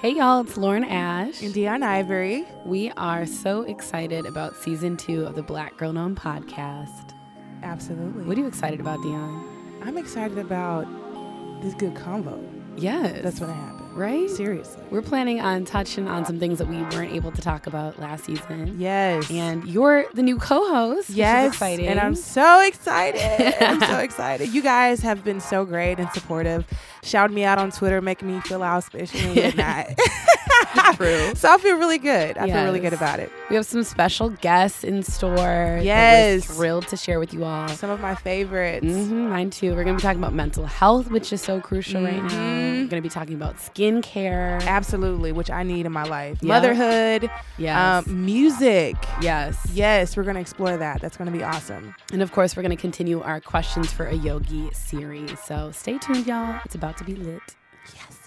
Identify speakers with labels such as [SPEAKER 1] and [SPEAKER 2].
[SPEAKER 1] Hey y'all, it's Lauren Ash.
[SPEAKER 2] And Dion Ivory.
[SPEAKER 1] We are so excited about season two of the Black Girl Known podcast.
[SPEAKER 2] Absolutely.
[SPEAKER 1] What are you excited about, Dion?
[SPEAKER 2] I'm excited about this good convo
[SPEAKER 1] Yes.
[SPEAKER 2] that's going to happen.
[SPEAKER 1] right.
[SPEAKER 2] Seriously.
[SPEAKER 1] We're planning on touching on some things that we weren't able to talk about last season.
[SPEAKER 2] Yes.
[SPEAKER 1] And you're the new co-host.
[SPEAKER 2] yes.
[SPEAKER 1] Which is exciting.
[SPEAKER 2] And I'm so excited. I'm so excited. You guys have been so great and supportive. Shout me out on Twitter, making me feel auspicious and whatnot.
[SPEAKER 1] True.
[SPEAKER 2] so I feel really good. I feel really
[SPEAKER 1] Yes.
[SPEAKER 2] good about it.
[SPEAKER 1] we have some special guests in store. that we're
[SPEAKER 2] Yes.
[SPEAKER 1] thrilled to share with you all.
[SPEAKER 2] Some of my favorites.
[SPEAKER 1] hmm mine too. We're going to be talking about mental health, which is so crucial right now.
[SPEAKER 2] Mhm.
[SPEAKER 1] We're going to be talking about skincare.
[SPEAKER 2] Absolutely, which I need in my life.
[SPEAKER 1] Yeah.
[SPEAKER 2] Motherhood,
[SPEAKER 1] Yes.
[SPEAKER 2] um, music.
[SPEAKER 1] yes.
[SPEAKER 2] Yes, we're going to explore that. That's going to be awesome.
[SPEAKER 1] And of course, we're going to continue our questions for a yogi series. So stay tuned, y'all. It's about to be lit.
[SPEAKER 2] Yes.